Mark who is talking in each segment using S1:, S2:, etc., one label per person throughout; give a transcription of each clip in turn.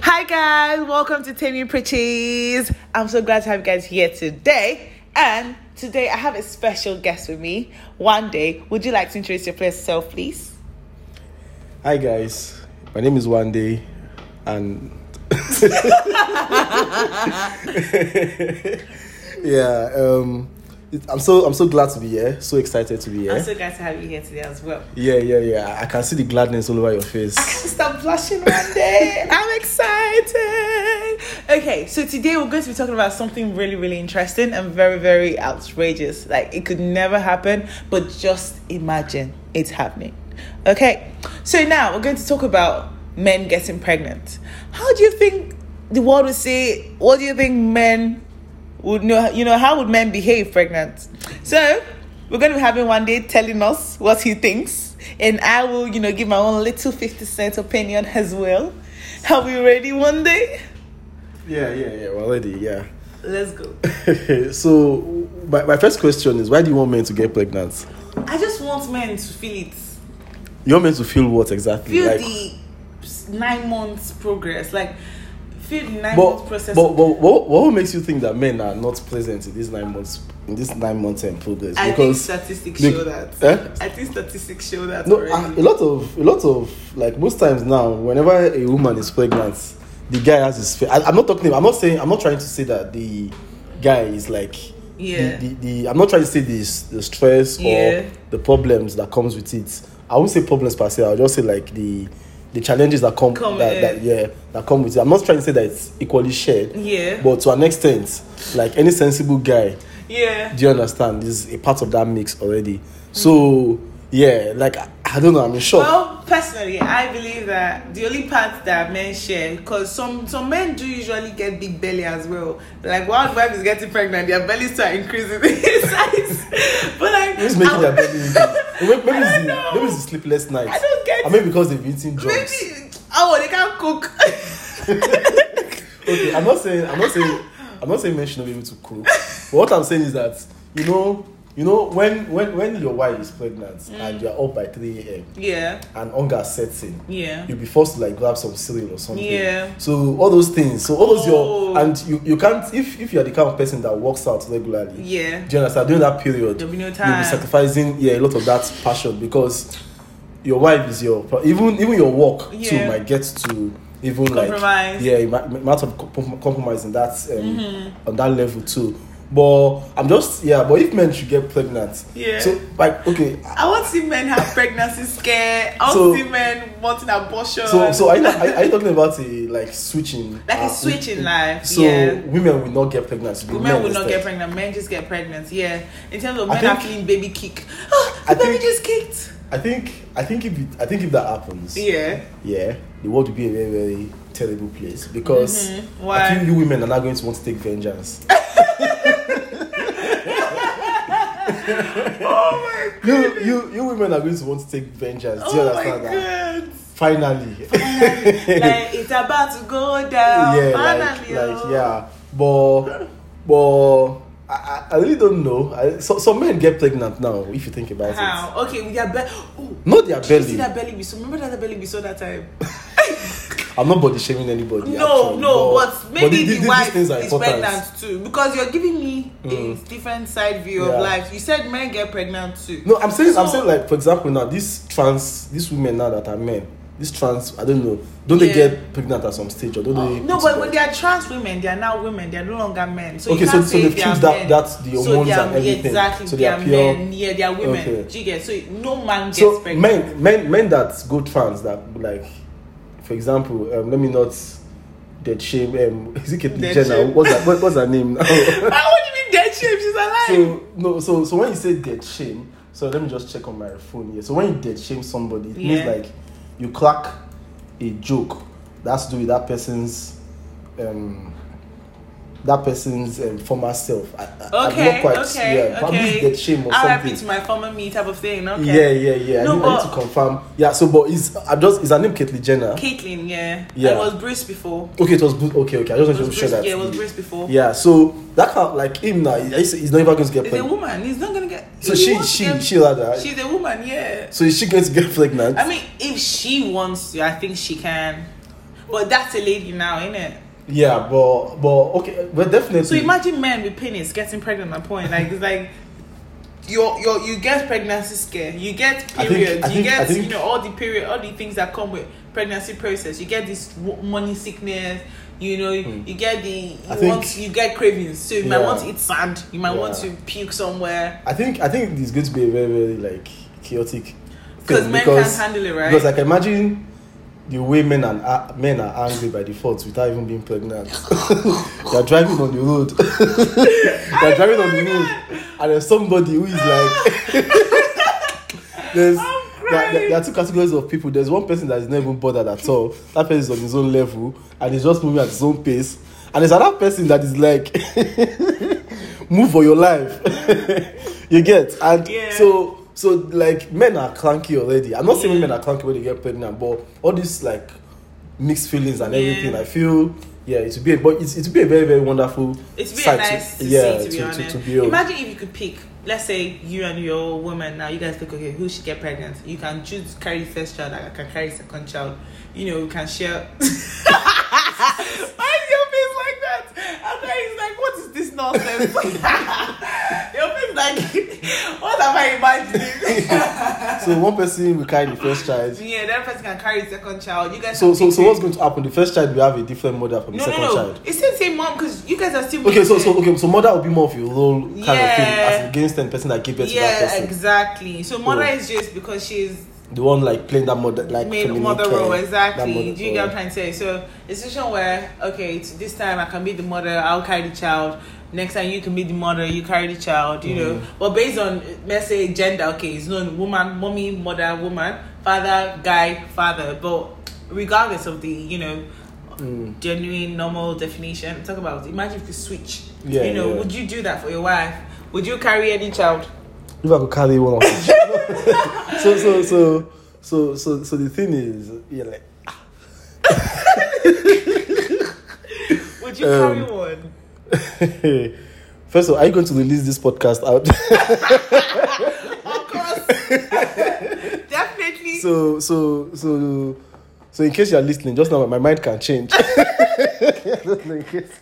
S1: Hi guys, welcome to Tammy Pritchies. I'm so glad to have you guys here today. And today I have a special guest with me. One day, would you like to introduce yourself, please?
S2: Hi guys, my name is Wande, and yeah, um, it, I'm so I'm so glad to be here. So excited to be
S1: I'm
S2: here.
S1: so glad to have you here today as well.
S2: Yeah, yeah, yeah. I can see the gladness all over your face.
S1: Stop blushing one day. I'm excited. Okay, so today we're going to be talking about something really, really interesting and very, very outrageous. Like it could never happen, but just imagine it's happening. Okay, so now we're going to talk about men getting pregnant. How do you think the world would say? What do you think men would know? You know, how would men behave pregnant? So we're going to be having one day telling us what he thinks, and I will, you know, give my own little 50 cent opinion as well. Are we ready one day?
S2: Yeah, yeah, yeah. Well, already, yeah.
S1: Let's go.
S2: so, my, my first question is, why do you want men to get pregnant?
S1: I just want men to feel it.
S2: You want men to feel what exactly?
S1: Feel
S2: like,
S1: the s- nine months progress. Like, feel the nine months
S2: but,
S1: process.
S2: but, but what, what makes you think that men are not present in these nine months in this nine months in progress?
S1: I think
S2: because
S1: statistics
S2: Look,
S1: show that.
S2: eh?
S1: I think statistics show that
S2: No,
S1: already.
S2: uh, a lot of a lot of like most times now, whenever a woman is pregnant, the guy has his. Fa- I, I'm not talking. I'm not saying. I'm not trying to say that the guy is like.
S1: Yeah.
S2: The, the, the, I'm not trying to say this the stress
S1: Yeah.
S2: or the problems that comes with it. I won't say problems per se. I'll just say like the the challenges that come,
S1: Come,
S2: that, that yeah that come with it. I'm not trying to say that it's equally shared.
S1: Yeah.
S2: But to an extent, like any sensible guy,
S1: yeah.
S2: do you understand? This is a part of that mix already. So yeah, like I, I don't know. I'm in shock.
S1: Well, personally, I believe that the only part that men share, because some some men do usually get big belly as well. Like wild wife is getting pregnant, their bellies start increasing in size. But like,
S2: Who's making
S1: I-
S2: their belly increase? Maybe, maybe,
S1: I
S2: it's
S1: don't
S2: the,
S1: know.
S2: maybe it's the sleepless night.
S1: I don't get
S2: I mean, because they've eaten drugs.
S1: Maybe oh, they can't cook.
S2: Okay, I'm not saying I'm not saying I'm not saying men should not be able to cook. But what I'm saying is that you know you know when when when your wife is pregnant
S1: Mm.
S2: and you're up by 3 a.m.
S1: yeah,
S2: and hunger sets in,
S1: yeah.
S2: you'll be forced to like grab some cereal or something.
S1: Yeah.
S2: So all those things. So all those
S1: Oh.
S2: your and you you can't if if you're the kind of person that works out regularly.
S1: Yeah.
S2: Do you understand? During that period,
S1: There'll be no
S2: you'll
S1: time.
S2: be sacrificing yeah a lot of that passion because your wife is your pro- even even your work
S1: Yeah.
S2: too might get to even
S1: Compromise.
S2: like yeah ma- ma- matter of comp- compromise in that um,
S1: Mm-hmm.
S2: on that level too. But I'm just yeah. But if men should get pregnant,
S1: Yeah.
S2: So like okay,
S1: I want to see men have pregnancy scare. I want
S2: So-
S1: to see men wanting abortion.
S2: so so are you, are, you- are you talking about a like switching
S1: Like a
S2: uh,
S1: switch in
S2: w-
S1: life,
S2: So
S1: yeah.
S2: women will not get pregnant. it'll be
S1: Women will
S2: instead.
S1: not get pregnant. Men just get pregnant. Yeah. In terms of
S2: I
S1: men are
S2: think-
S1: feeling baby kick. Oh, the
S2: I
S1: baby
S2: think-
S1: just kicked.
S2: I think I think if it, I think if that happens,
S1: Yeah.
S2: yeah, the world will be a very very terrible place because
S1: Mhm. Why?
S2: I think you women are not going to want to take vengeance.
S1: Oh
S2: you you you women are going to want to take vengeance.
S1: my,
S2: Do you
S1: oh my
S2: understand that?
S1: god.
S2: Finally,
S1: like it's about to go down.
S2: yeah, like,
S1: finally,
S2: like
S1: oh.
S2: yeah, but but. I, I- I really don't know. I, so, some men get pregnant now, if you think about it.
S1: How? Okay, with their belly. Oh,
S2: Not their
S1: did you see
S2: belly.
S1: that belly we saw? Remember that belly we saw that time?
S2: I'm not body shaming anybody.
S1: no,
S2: actually,
S1: no, but, maybe
S2: thi- thi-
S1: the
S2: these
S1: wife is
S2: things are important. Mm.
S1: pregnant too because you're giving me a different side view
S2: Yeah.
S1: of life. You said men get pregnant too.
S2: No, I'm saying, I'm
S1: So-
S2: saying, like for example, now these trans, these women now that are men, these trans, I don't know, don't
S1: Yeah.
S2: they get pregnant at some stage or don't they?
S1: No,
S2: it's
S1: but
S2: like-
S1: when they are trans women, they are now women. They are no longer men. So
S2: Okay,
S1: you
S2: so-
S1: can't
S2: so
S1: say
S2: they've
S1: they are
S2: changed that-
S1: men.
S2: that's the hormones
S1: they are,
S2: and everything.
S1: Exactly,
S2: So
S1: they,
S2: they
S1: are
S2: are pure-
S1: men. Yeah, they are women.
S2: Okay.
S1: Do you get? So no man gets
S2: so
S1: pregnant.
S2: men, men, men that go trans that like, for example, um, let me not dead shame. Um, is it
S1: Dead
S2: Caitlyn Jenner?
S1: shame.
S2: What's that? What, what's her name now?
S1: Why would you be dead shape? She's alive.
S2: so no, so so when you say dead shame, so let me just check on my phone here. So when you dead shame somebody, it means
S1: Yeah.
S2: like you crack a joke that's to do with that person's um that person's um, former self. I, I, I'm
S1: okay,
S2: not quite
S1: okay,
S2: yeah, probably
S1: okay.
S2: dead shame or
S1: I'll
S2: something.
S1: to my former me type of thing. Okay.
S2: Yeah, yeah, yeah.
S1: No,
S2: I, need, I
S1: but-
S2: need to confirm. Yeah, so but is I'm just is her name Caitlyn Jenner?
S1: Caitlyn, yeah.
S2: Yeah.
S1: It was Bruce before.
S2: okay, it was Bruce. Okay, okay. I
S1: It
S2: just want
S1: was
S2: to share
S1: Bruce,
S2: that.
S1: yeah, it was Bruce before.
S2: Yeah, so that kind of, like him now, he's, he's not even going to get
S1: It's a
S2: pregnant.
S1: woman. He's not gonna get.
S2: So
S1: if he
S2: she,
S1: wants
S2: she,
S1: them-
S2: she rather.
S1: she's a woman. Yeah.
S2: So is she going to get pregnant?
S1: I mean, if she wants to, I think she can. But that's a lady now, isn't it?
S2: Yeah, but but okay, but definitely.
S1: So imagine men with penis getting pregnant at point. Like it's like you you you get pregnancy scare, you get
S2: I think-
S1: periods,
S2: I
S1: you
S2: think- I
S1: get
S2: think-
S1: you know all the period, all the things that come with pregnancy process. You get this w- money sickness. You know, you get the you
S2: Hmm. I
S1: want
S2: think-
S1: you get cravings. So you might
S2: Yeah.
S1: want to eat sand. You might want to
S2: Yeah.
S1: puke somewhere
S2: I think I think it's going to be a very very like chaotic
S1: because
S2: thing
S1: men can't handle it, right?
S2: because I can imagine the way men and uh, men are angry by default without even being pregnant. They're driving on the road. They're driving on the road, and there's somebody who is like there's. There, there, there are two categories of people. There's one person that is not even bothered at all. That person is on his own level and is just moving at his own pace. And there's another person that is like, move for your life. you get and
S1: Yeah.
S2: so so like men are clanky already. I'm not saying men are clanky when they get pregnant, but all these like mixed feelings and
S1: Yeah.
S2: everything. I feel yeah, it would be a, but it's, it would be a very very wonderful.
S1: It's been
S2: sight
S1: nice to see, to be honest.
S2: to be on.
S1: Imagine if you could pick, let's say you and your woman now, you guys pick, okay, who should get pregnant? You can choose to carry the first child, I can carry the second child. You know, you can share. Why is your face like that? And then he's like, what is this nonsense? your face like, what am I imagining?
S2: So one person will carry the first child.
S1: yeah, that person can carry the second child. You guys
S2: So
S1: can
S2: so
S1: pick
S2: so
S1: it.
S2: what's going to happen? The first child will have a different mother from the
S1: no,
S2: second
S1: no, no.
S2: child.
S1: It's still the same mom because you guys are still.
S2: Okay, so
S1: mixing.
S2: so okay, so mother will be more of your role kind of thing
S1: Yeah.
S2: as against the person that gave birth to that
S1: yeah,
S2: person.
S1: exactly. So mother
S2: Oh.
S1: is just because she's
S2: The one like playing that mother like
S1: main
S2: feminine
S1: mother
S2: care,
S1: role
S2: that
S1: exactly.
S2: mother
S1: Do you get what
S2: role.
S1: I'm trying to say? So it's a situation where okay, it's this time I can be the mother, I'll carry the child. Next time you can be the mother, you carry the child. You
S2: Mm.
S1: know, but based on let's say gender, okay, it's known woman, mommy, mother, woman, father, guy, father. But regardless of the you know.
S2: Mm.
S1: Genuine normal definition. I'm talking about imagine if you switch.
S2: Yeah,
S1: you know,
S2: yeah.
S1: would you do that for your wife? Would you carry any child?
S2: If I could carry one of them. so so so so so so the thing is yeah like
S1: Would you
S2: Um,
S1: carry one?
S2: First of all, are you going to release this podcast out?
S1: Of course. Definitely.
S2: so so so so in case you are listening, just now my mind can change. in case, in
S1: your
S2: case-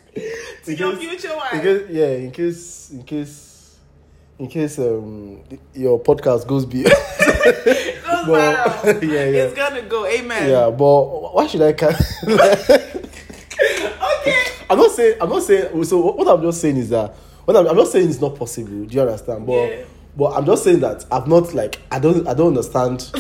S1: future
S2: in
S1: wife.
S2: case, yeah, in case, in case, in case um your podcast goes beyond.
S1: It goes
S2: Well,
S1: viral.
S2: yeah, yeah.
S1: It's gonna go. Amen.
S2: yeah, but why should I? Ca-
S1: Okay.
S2: I'm not saying. I'm not saying. So what I'm just saying is that what I'm, I'm not saying it's not possible. Do you understand? But
S1: Yeah.
S2: but I'm just saying that I've not like I don't I don't understand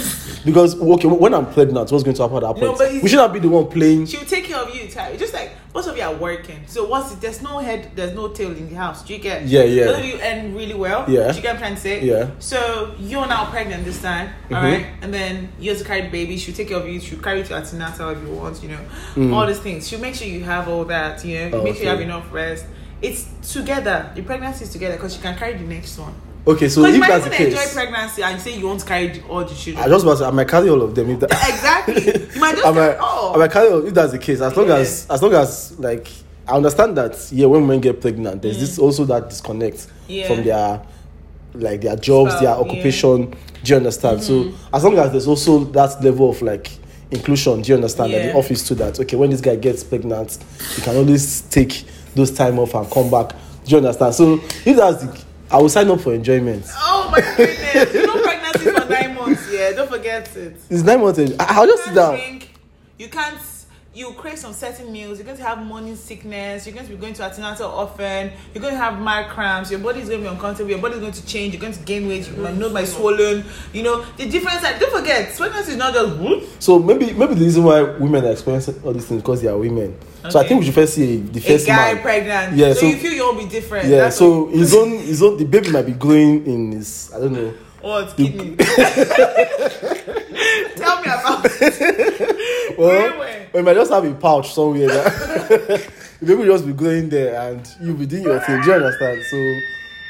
S2: because okay when I'm pregnant what's going to happen at that
S1: No,
S2: point?
S1: but it's-
S2: we shouldn't be the one playing.
S1: She'll take care of you, Ty. Just like both of you are working. So what's it? There's no head, there's no tail in the house. Do you get?
S2: Yeah, yeah.
S1: Both of you end really well.
S2: Yeah.
S1: Do you get what I'm trying to say?
S2: Yeah.
S1: So you're now pregnant this time, all
S2: Mhm.
S1: right? And then you have to carry the baby. She'll take care of you. She'll carry you to antenatal if you want. You know, all these things. She'll make sure you have all that. You know,
S2: Oh,
S1: make sure you have
S2: Mm. okay.
S1: enough rest. It's together. The pregnancy is together because she can carry the next one.
S2: Okay, so
S1: Because
S2: if
S1: you might
S2: that's the
S1: even enjoy
S2: case,
S1: pregnancy and say you want to carry the- all the children.
S2: I just was I might carry all of them if that.
S1: exactly. You might just
S2: I'm
S1: carry
S2: like,
S1: all.
S2: I'm like, kind of, if that's the case, as long
S1: Yeah.
S2: as, as long as, like, I understand that, yeah, when women get pregnant, there's this also that disconnect
S1: Mm. Yeah.
S2: from their, like, their jobs,
S1: Spouse,
S2: their
S1: yeah. Mm-hmm.
S2: occupation. Do you understand? So, as long as there's also that level of, like, inclusion, do you understand? Like,
S1: Yeah.
S2: the office to that, okay, when this guy gets pregnant, you can always take those time off and come back. Do you understand? So, if that's the, I will sign up for enjoyment.
S1: Oh my goodness! You know pregnancy for nine months. Yeah, don't forget it.
S2: It's nine months. I- I'll
S1: You
S2: just sit
S1: can't
S2: down.
S1: drink. You can't. You crave some certain meals. You're going to have morning sickness. You're going to be going to antenatal often. You're going to have mild cramps. Your body's going to be uncomfortable. Your body's going to change. You're going to gain weight. Your nose might swollen. You know the difference. Like, don't forget, pregnancy is not just whoop.
S2: So maybe maybe the reason why women are experiencing all these things because they are women. So I
S1: Okay.
S2: think we should first see the
S1: A
S2: first
S1: guy
S2: man.
S1: pregnant.
S2: Yeah,
S1: so,
S2: so-
S1: you feel you'll be different.
S2: yeah.
S1: That's
S2: so his own his own the baby might be growing in his I don't know.
S1: what, what kidney? Tell me about it.
S2: Well,
S1: where?
S2: or he might just have a pouch somewhere. that- the baby will just be growing there, and you be doing your thing. Do you understand? So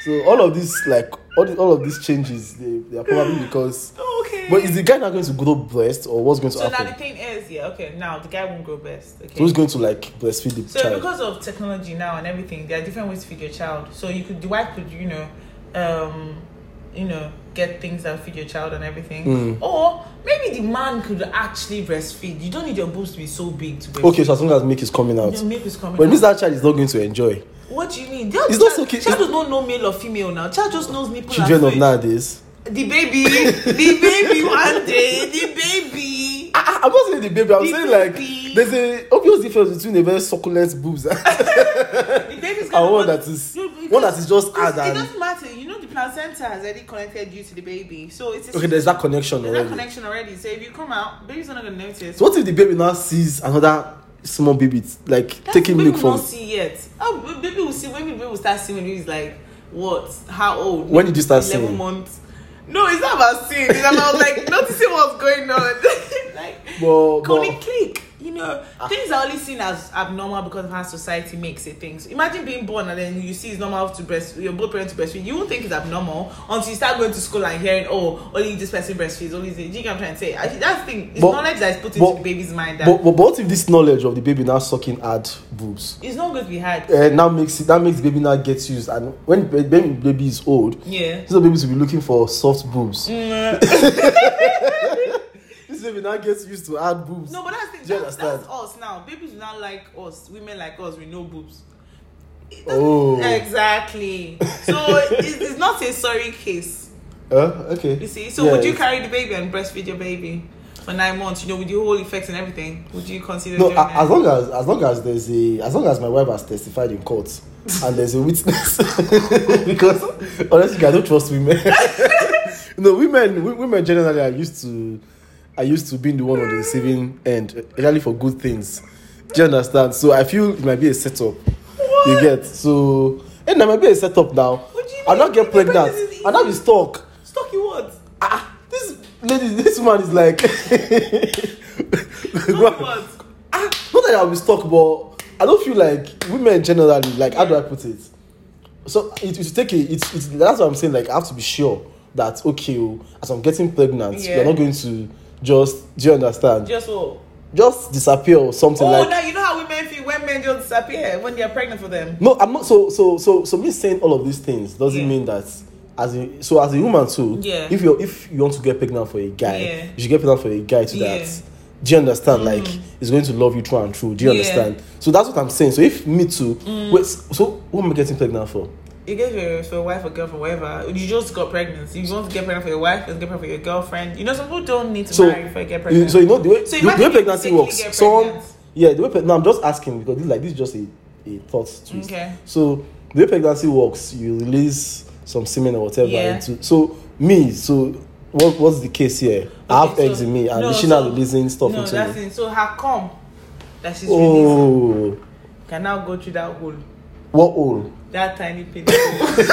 S2: so all of these like all the, all of these changes they, they are probably because.
S1: Oh, Okay.
S2: But is the guy not going to grow breast or what's going to
S1: So now the
S2: happen?
S1: thing is, yeah, okay, now the guy won't grow best. Okay.
S2: So who's going to like breastfeed the
S1: So
S2: child?
S1: because of technology now and everything, there are different ways to feed your child. So you could the wife could, you know, um you know, get things that feed your child and everything.
S2: Mm.
S1: Or maybe the man could actually breastfeed. You don't need your boobs to be so big to breastfeed.
S2: Okay, so as long as milk is coming out.
S1: Your milk is coming
S2: But it
S1: out.
S2: means that child is not going to enjoy.
S1: What do you mean? Child,
S2: It's not
S1: child,
S2: okay.
S1: Child does not know male or female now. Child just knows nipple
S2: Children
S1: and
S2: of
S1: fridge.
S2: nowadays.
S1: The baby, the baby one day, the baby.
S2: I, I- Ah, I'm not saying the baby, I'm
S1: The
S2: saying
S1: baby.
S2: like there's a obvious difference between a very succulent boobs and
S1: The baby's gonna
S2: one
S1: want-
S2: that is
S1: No, because-
S2: one that is just
S1: Because
S2: hard
S1: It
S2: and
S1: doesn't matter. You know the placenta has already connected you to the baby, so it's
S2: okay, there's that connection
S1: there's that
S2: already.
S1: connection already. So if you come out, baby's not gonna notice.
S2: So what if the baby now sees another small baby t- like
S1: That's
S2: taking
S1: baby
S2: milk
S1: will
S2: from?
S1: not see yet. Oh, ba- baby will see. When baby will start seeing, when baby's like, what? How old?
S2: When did you start
S1: Eleven
S2: seeing?
S1: months. No, it's not about seeing. It's about like noticing what's going on. like,
S2: But,
S1: can we
S2: but Ah.
S1: click? You know, things are only seen as abnormal because of how society makes it things. Imagine being born and then you see it's normal to breast your both parents to breastfeed. You won't think it's abnormal until you start going to school and hearing, oh, only this person breastfeeds, only this. Do you get what I'm trying to say? I think that's the thing. It's
S2: But-
S1: knowledge that is put into
S2: but-
S1: the baby's mind that
S2: but, but, but what if this knowledge of the baby now sucking hard boobs
S1: it's not going to be hard.
S2: uh, now makes it that makes baby now get used and when the baby, baby is old,
S1: Yeah.
S2: this baby will be looking for soft boobs.
S1: Mm.
S2: This baby now gets used to hard boobs.
S1: No, but that's the
S2: Do you
S1: that's,
S2: understand?
S1: that's us now. Babies do not like us. Women like us, we know boobs. It doesn't-
S2: Oh,
S1: Exactly. So it's, it's not a sorry case.
S2: Huh? okay.
S1: You see. So
S2: Yeah,
S1: would you
S2: it's-
S1: carry the baby and breastfeed your baby for nine months? You know, with the whole effects and everything, would you consider?
S2: No,
S1: doing
S2: a-
S1: that?
S2: as long as as long as there's a as long as my wife has testified in court and there's a witness, because honestly, I don't trust women. no, women w- women generally are used to are used to being the one on the receiving end, especially for good things. Do you understand? So I feel it might be a setup. You get so and there might be a setup now.
S1: What do you
S2: I'll
S1: mean?
S2: not get
S1: Pregnancy
S2: pregnant.
S1: is
S2: I'll not be
S1: easy.
S2: stuck.
S1: Stocky what?
S2: Ah, this lady, this woman is like.
S1: Stocky what?
S2: ah, not that I'll be stuck, but I don't feel like women generally like how do I put it? So it it take a, it's it's that's what I'm saying. Like I have to be sure that okay, oh, as I'm getting pregnant,
S1: Yeah.
S2: you're not going to just do you understand?
S1: Just what?
S2: Just disappear or something
S1: Oh,
S2: like.
S1: now you know how women feel when men just disappear when they are pregnant for them.
S2: No, I'm not. So so so so me saying all of these things doesn't
S1: Yeah.
S2: mean that. As a, so as a woman too,
S1: Yeah.
S2: if you if you want to get pregnant for a guy,
S1: Yeah.
S2: you should get pregnant for a guy to
S1: Yeah. Mm.
S2: that. Do you understand? Like he's going to love you through and through. Do you
S1: Yeah. Mm.
S2: understand? So that's what I'm saying. So if me too, wait, so who am I getting pregnant for?
S1: You get your for your wife or girlfriend, whatever. You just got pregnant. You want to get pregnant for your wife, you get pregnant for your girlfriend. You know, some people don't need to
S2: So
S1: marry before you get
S2: you,
S1: pregnant.
S2: so you know the way
S1: So
S2: the, the
S1: imagine
S2: way
S1: if
S2: pregnancy
S1: you
S2: works.
S1: secretly get
S2: Someone,
S1: pregnant.
S2: yeah, the way pre- no, I'm just asking because this like this is just a, a thought twist.
S1: Okay.
S2: So the way pregnancy works, you release some semen or whatever
S1: Yeah.
S2: into. So me, so what, what's the case here? I
S1: Okay,
S2: have
S1: so-
S2: eggs in me, and
S1: no,
S2: is she now
S1: so-
S2: releasing stuff
S1: no,
S2: into
S1: that's
S2: me.
S1: it. So her come that she's releasing
S2: Oh,
S1: can now go through that hole,
S2: what hole?
S1: that tiny penis. hole.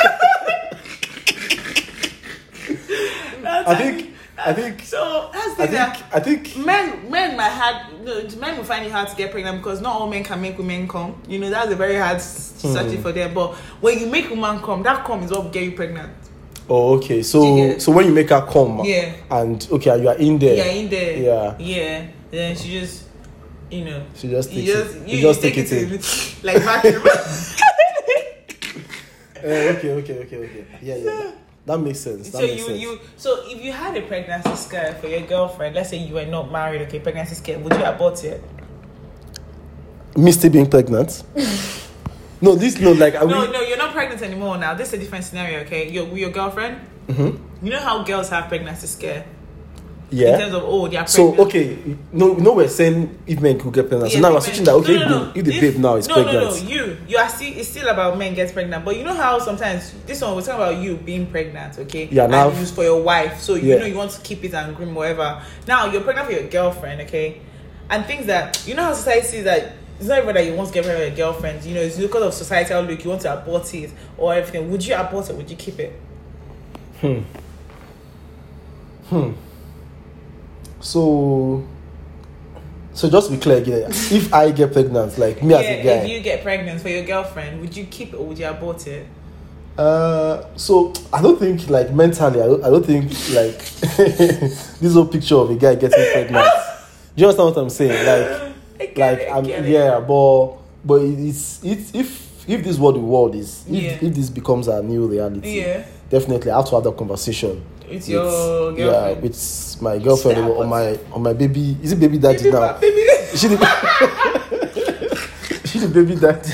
S1: That
S2: I
S1: tiny-
S2: think I think
S1: so. That's the
S2: I
S1: thing. that
S2: think I think
S1: Men, men might had no, men will find it hard to get pregnant because not all men can make women come. You know that's a very hard
S2: Hmm.
S1: strategy for them. But when you make woman come, that come is what will get you pregnant.
S2: Oh, okay.
S1: Do you
S2: So
S1: get-
S2: so when you make her come,
S1: Yeah.
S2: and okay, and you are in there.
S1: Yeah, in there.
S2: Yeah.
S1: yeah. Then she just, you know,
S2: She just
S1: you
S2: takes it.
S1: just,
S2: You just take it
S1: in. like vacuum.
S2: Eh, okay, okay, okay, okay. Yeah, yeah. yeah. That makes sense. That
S1: so
S2: makes
S1: you
S2: sense.
S1: you so if you had a pregnancy scare for your girlfriend, let's say you were not married, okay, pregnancy scare, would you abort it?
S2: me still being pregnant. no, this no, like I
S1: No,
S2: will.
S1: no, you're not pregnant anymore now. This is a different scenario, okay? Your with your girlfriend. You know how girls have pregnancy scare in
S2: Mm-hmm. yeah.
S1: terms of oh they are pregnant.
S2: So okay, no, no, we're saying if men could get pregnant.
S1: Yeah,
S2: so now we're
S1: women-
S2: switching that. Okay,
S1: no, no, no.
S2: if the
S1: This-
S2: babe now is
S1: no,
S2: pregnant.
S1: No, no, you, you are still. It's still about men gets pregnant, but you know how sometimes this one we're talking about you being pregnant, okay?
S2: Yeah,
S1: And
S2: now-
S1: you use for your wife, so you
S2: Yeah.
S1: know you want to keep it and groom whatever. Now you're pregnant for your girlfriend, okay? And things that you know how society sees that. It's not even that you want to get pregnant with your girlfriend, you know, it's because of societal look, you want to abort it or everything. Would you abort it? Would you keep it?
S2: So, so just to be clear again. if I get pregnant, like me as a guy,
S1: if you get pregnant for your girlfriend, would you keep it or would you abort it?
S2: Uh, so I don't think like mentally, I don't, I don't think like this whole picture of a guy getting pregnant. Do you understand what I'm saying?
S1: I
S2: Like,
S1: get
S2: like
S1: it, I
S2: I'm
S1: get it.
S2: yeah, but but it- it's it's if if if this what the world is, if,
S1: Yeah.
S2: if this becomes our new reality,
S1: Yeah.
S2: definitely I have to have that conversation.
S1: With your girlfriend.
S2: Yeah, with my girlfriend
S1: Stop.
S2: or or my or my baby. Is it baby daddy now?
S1: Baby,
S2: She the She the baby daddy.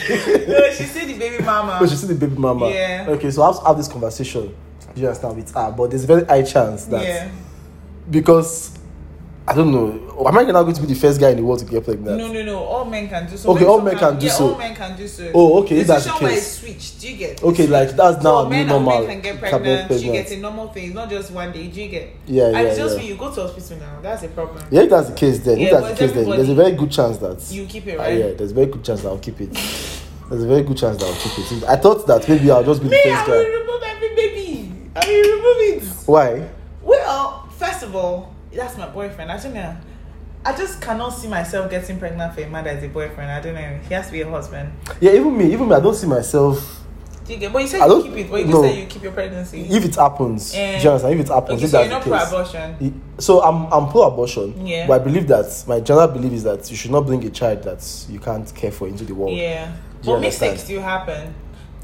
S1: no, she said the baby mama.
S2: But she's still the baby mama.
S1: Yeah.
S2: Okay, so I have to have this conversation. Do you understand with her? But there's a very high chance that
S1: yeah.
S2: because I don't know, am I now going to be the first guy in the world to get pregnant?
S1: No, no, no. All men can do so.
S2: Okay,
S1: When
S2: all
S1: some
S2: men
S1: have-
S2: can do
S1: yeah,
S2: so.
S1: All men can do so.
S2: Oh, okay, if that's the
S1: Decision where
S2: case.
S1: it's switched. Do you get?
S2: Okay, like that's now
S1: So
S2: a
S1: men
S2: new
S1: and
S2: normal.
S1: women can get
S2: Can
S1: pregnant. She gets a normal thing. It's not just one day. Do you get?
S2: Yeah,
S1: And
S2: yeah,
S1: it's just
S2: yeah.
S1: when you go to hospital now. That's a problem.
S2: Yeah, if that's the case, then
S1: Yeah,
S2: if that's
S1: but
S2: the case, then
S1: everybody-
S2: there's a very good chance that
S1: You keep it
S2: Ah,
S1: right.
S2: yeah, there's a very good chance that I'll keep it. There's a very good chance that I'll keep it. I thought that maybe I'll just be the
S1: Me, I
S2: first
S1: will
S2: guy.
S1: remove every baby. I will remove it.
S2: Why?
S1: Well, first of all, that's my boyfriend. I don't know. I just cannot see myself getting pregnant for a man as a boyfriend. I don't know. He has to be a husband.
S2: Yeah, even me, even me, I don't see myself.
S1: Do you get? But you
S2: I
S1: said you
S2: don't-
S1: keep it. But you
S2: no.
S1: just said you keep your pregnancy.
S2: If it happens,
S1: Eh.
S2: do you understand? If it happens,
S1: okay,
S2: if
S1: so
S2: that's
S1: you're not
S2: the case.
S1: pro-abortion.
S2: He- So I'm I'm pro-abortion,
S1: Yeah.
S2: but I believe that my general belief is that you should not bring a child that you can't care for into the world.
S1: Yeah.
S2: Do you
S1: But
S2: understand?
S1: mistakes do happen.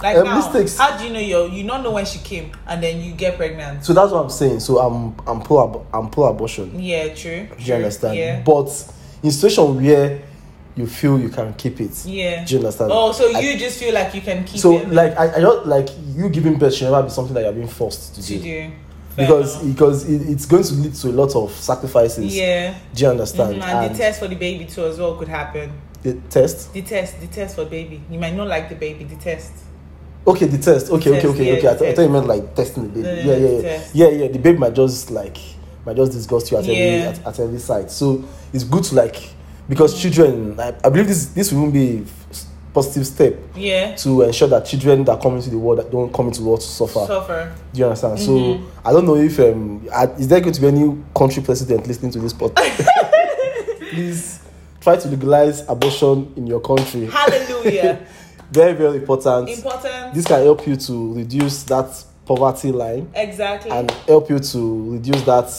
S1: Like
S2: Eh,
S1: now,
S2: mistakes-
S1: how do you know you you not know when she came and then you get pregnant?
S2: So that's what I'm saying. So I'm I'm pro I'm pro-abortion.
S1: yeah, true.
S2: Do you
S1: true,
S2: understand?
S1: Yeah.
S2: But in situation where you feel you can keep it,
S1: Yeah.
S2: do you understand?
S1: Oh, so
S2: I-
S1: you just feel like you can keep
S2: so
S1: it
S2: like I, I don't like you giving birth should never be something that you're being forced to
S1: to
S2: do.
S1: do Fair
S2: Because
S1: enough.
S2: because it, it's going to lead to a lot of sacrifices.
S1: yeah,
S2: Do you
S1: Mhm,
S2: understand?
S1: and, the test for the baby too as well could happen.
S2: the test.
S1: The test, the test for baby. You might not like the baby. The test.
S2: Okay, the test. Okay,
S1: Test,
S2: okay, okay,
S1: yeah,
S2: okay. I,
S1: the
S2: th- I
S1: test.
S2: thought you meant like testing the
S1: No, no,
S2: baby.
S1: no,
S2: Yeah, yeah,
S1: the
S2: yeah.
S1: test.
S2: Yeah, yeah. The baby might just like might just disgust you at
S1: Yeah. Mm.
S2: every at, at every side. So it's good to like because children. I, I believe this this will be a s- positive step
S1: Yeah.
S2: to ensure that children that come into the world that don't come into the world to suffer.
S1: Suffer.
S2: Do you understand?
S1: Mhm.
S2: So I don't know if um I- is there going to be any country president listening to this podcast? Please try to legalize abortion in your country.
S1: Hallelujah.
S2: Very very important.
S1: Important.
S2: This can help you to reduce that poverty line
S1: exactly.
S2: and help you to reduce that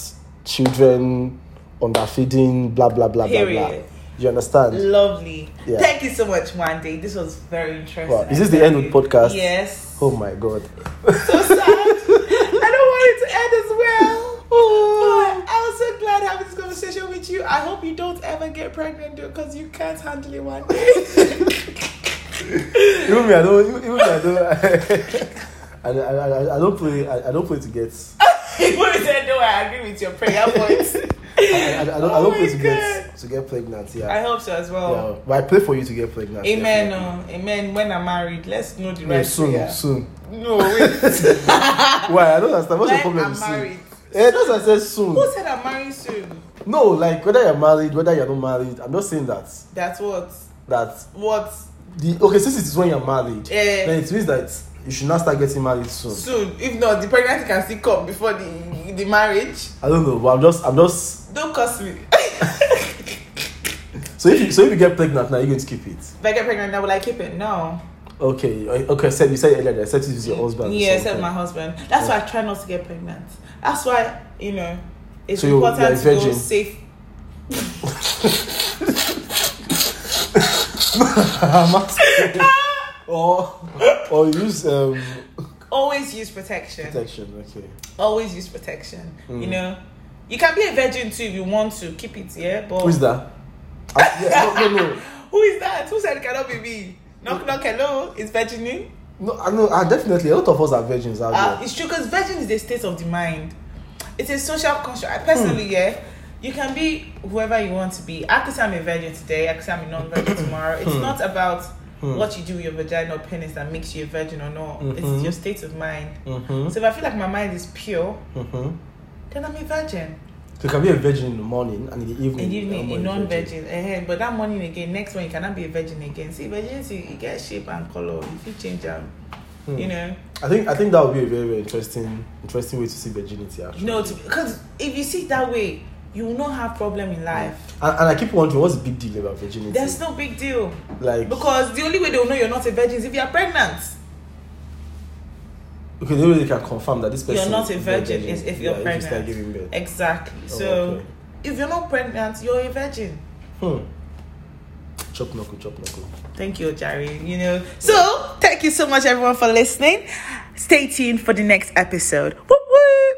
S2: children underfeeding, blah blah blah blah blah.
S1: Period.
S2: You understand?
S1: Lovely.
S2: Yeah.
S1: Thank you so much, Monday. This was very interesting.
S2: Wow. Is this the end of the podcast?
S1: Yes.
S2: Oh my god.
S1: so sad. I don't want it to end as well.
S2: Oh.
S1: But I was so glad having this conversation with you. I hope you don't ever get pregnant because you can't handle it one day.
S2: even me, I don't. Even, even me, I don't. I, I, I, I don't play. I, I don't play to get.
S1: People said, no, I agree with your prayer points.
S2: I, I, I don't. I
S1: Oh
S2: don't play
S1: my
S2: to get to get pregnant.
S1: I
S2: Yeah.
S1: hope so as well.
S2: yeah. But I play for you to get pregnant.
S1: Amen.
S2: definitely.
S1: oh, amen. When I'm married, let's know the
S2: No,
S1: right
S2: soon,
S1: prayer.
S2: soon.
S1: No, wait.
S2: Why? I don't understand. What's the
S1: when
S2: problem
S1: I'm
S2: with soon?
S1: married.
S2: Yeah, that's what I said soon.
S1: Who said I'm married soon?
S2: No, like whether you're married, whether you're not married, I'm just saying that
S1: That's what.
S2: that
S1: What?
S2: the okay since it is when you're married,
S1: Eh.
S2: then it means that you should not start getting married soon.
S1: Soon. If not, the pregnancy can still come before the the marriage.
S2: I don't know, but I'm just I'm just
S1: Don't curse me.
S2: so if you, so if you get pregnant now, you're going to keep it.
S1: If I get pregnant, I will I keep it? No.
S2: Okay, okay. Said you said earlier that said it is your husband. or
S1: Yeah,
S2: something.
S1: except my husband. That's why I try not to get pregnant. That's why, you know, it's
S2: So you're
S1: important
S2: like
S1: to go
S2: virgin?
S1: safe.
S2: I'm asking. or or use um,
S1: Always use protection.
S2: protection. Okay.
S1: Always use protection. You
S2: Mm.
S1: know? You can be a virgin too if you want to. Keep it, yeah? But
S2: Who is that? Ah, yeah, no, no, no.
S1: Who is that? Who said it cannot be me? Knock knock hello. It's virgining.
S2: No, I know. I definitely a lot of us are virgins out
S1: Uh,
S2: there.
S1: it's true because virgin is a state of the mind. It's a social construct. I personally, yeah, you can be whoever you want to be. I could say I'm a virgin today. I could say I'm a non-virgin tomorrow. It's not about what you do with your vagina or penis that makes you a virgin or not. It's
S2: Mhm.
S1: your state of mind.
S2: Mm-hmm.
S1: So if I feel like my mind is pure,
S2: Mm-hmm.
S1: then I'm a virgin.
S2: So you can be a virgin in the morning and in the evening.
S1: And
S2: you
S1: you
S2: are
S1: need a
S2: more
S1: non-virgin. eh, eh, But that morning again, next one you cannot be a virgin again. See, virginity, you get shape and color. If you change them,
S2: Hmm.
S1: you know.
S2: I think I think that would be a very very interesting interesting way to see virginity actually.
S1: No, because if you see it that way, you will not have problem in life.
S2: And, and I keep wondering what's the big deal about virginity?
S1: There's no big deal
S2: like
S1: because the only way they will know you're not a virgin is if you're pregnant.
S2: okay, they really can confirm that this
S1: You're
S2: person
S1: not a
S2: is
S1: virgin is if you're
S2: yeah, If you start
S1: pregnant.
S2: giving birth.
S1: Exactly.
S2: Oh,
S1: So
S2: okay.
S1: if you're not pregnant, you're a virgin.
S2: Hmm. Chop knuckle, chop knuckle.
S1: Thank you, Jerry. You know. So, thank you so much, everyone, for listening. Stay tuned for the next episode. Whoop, whoop.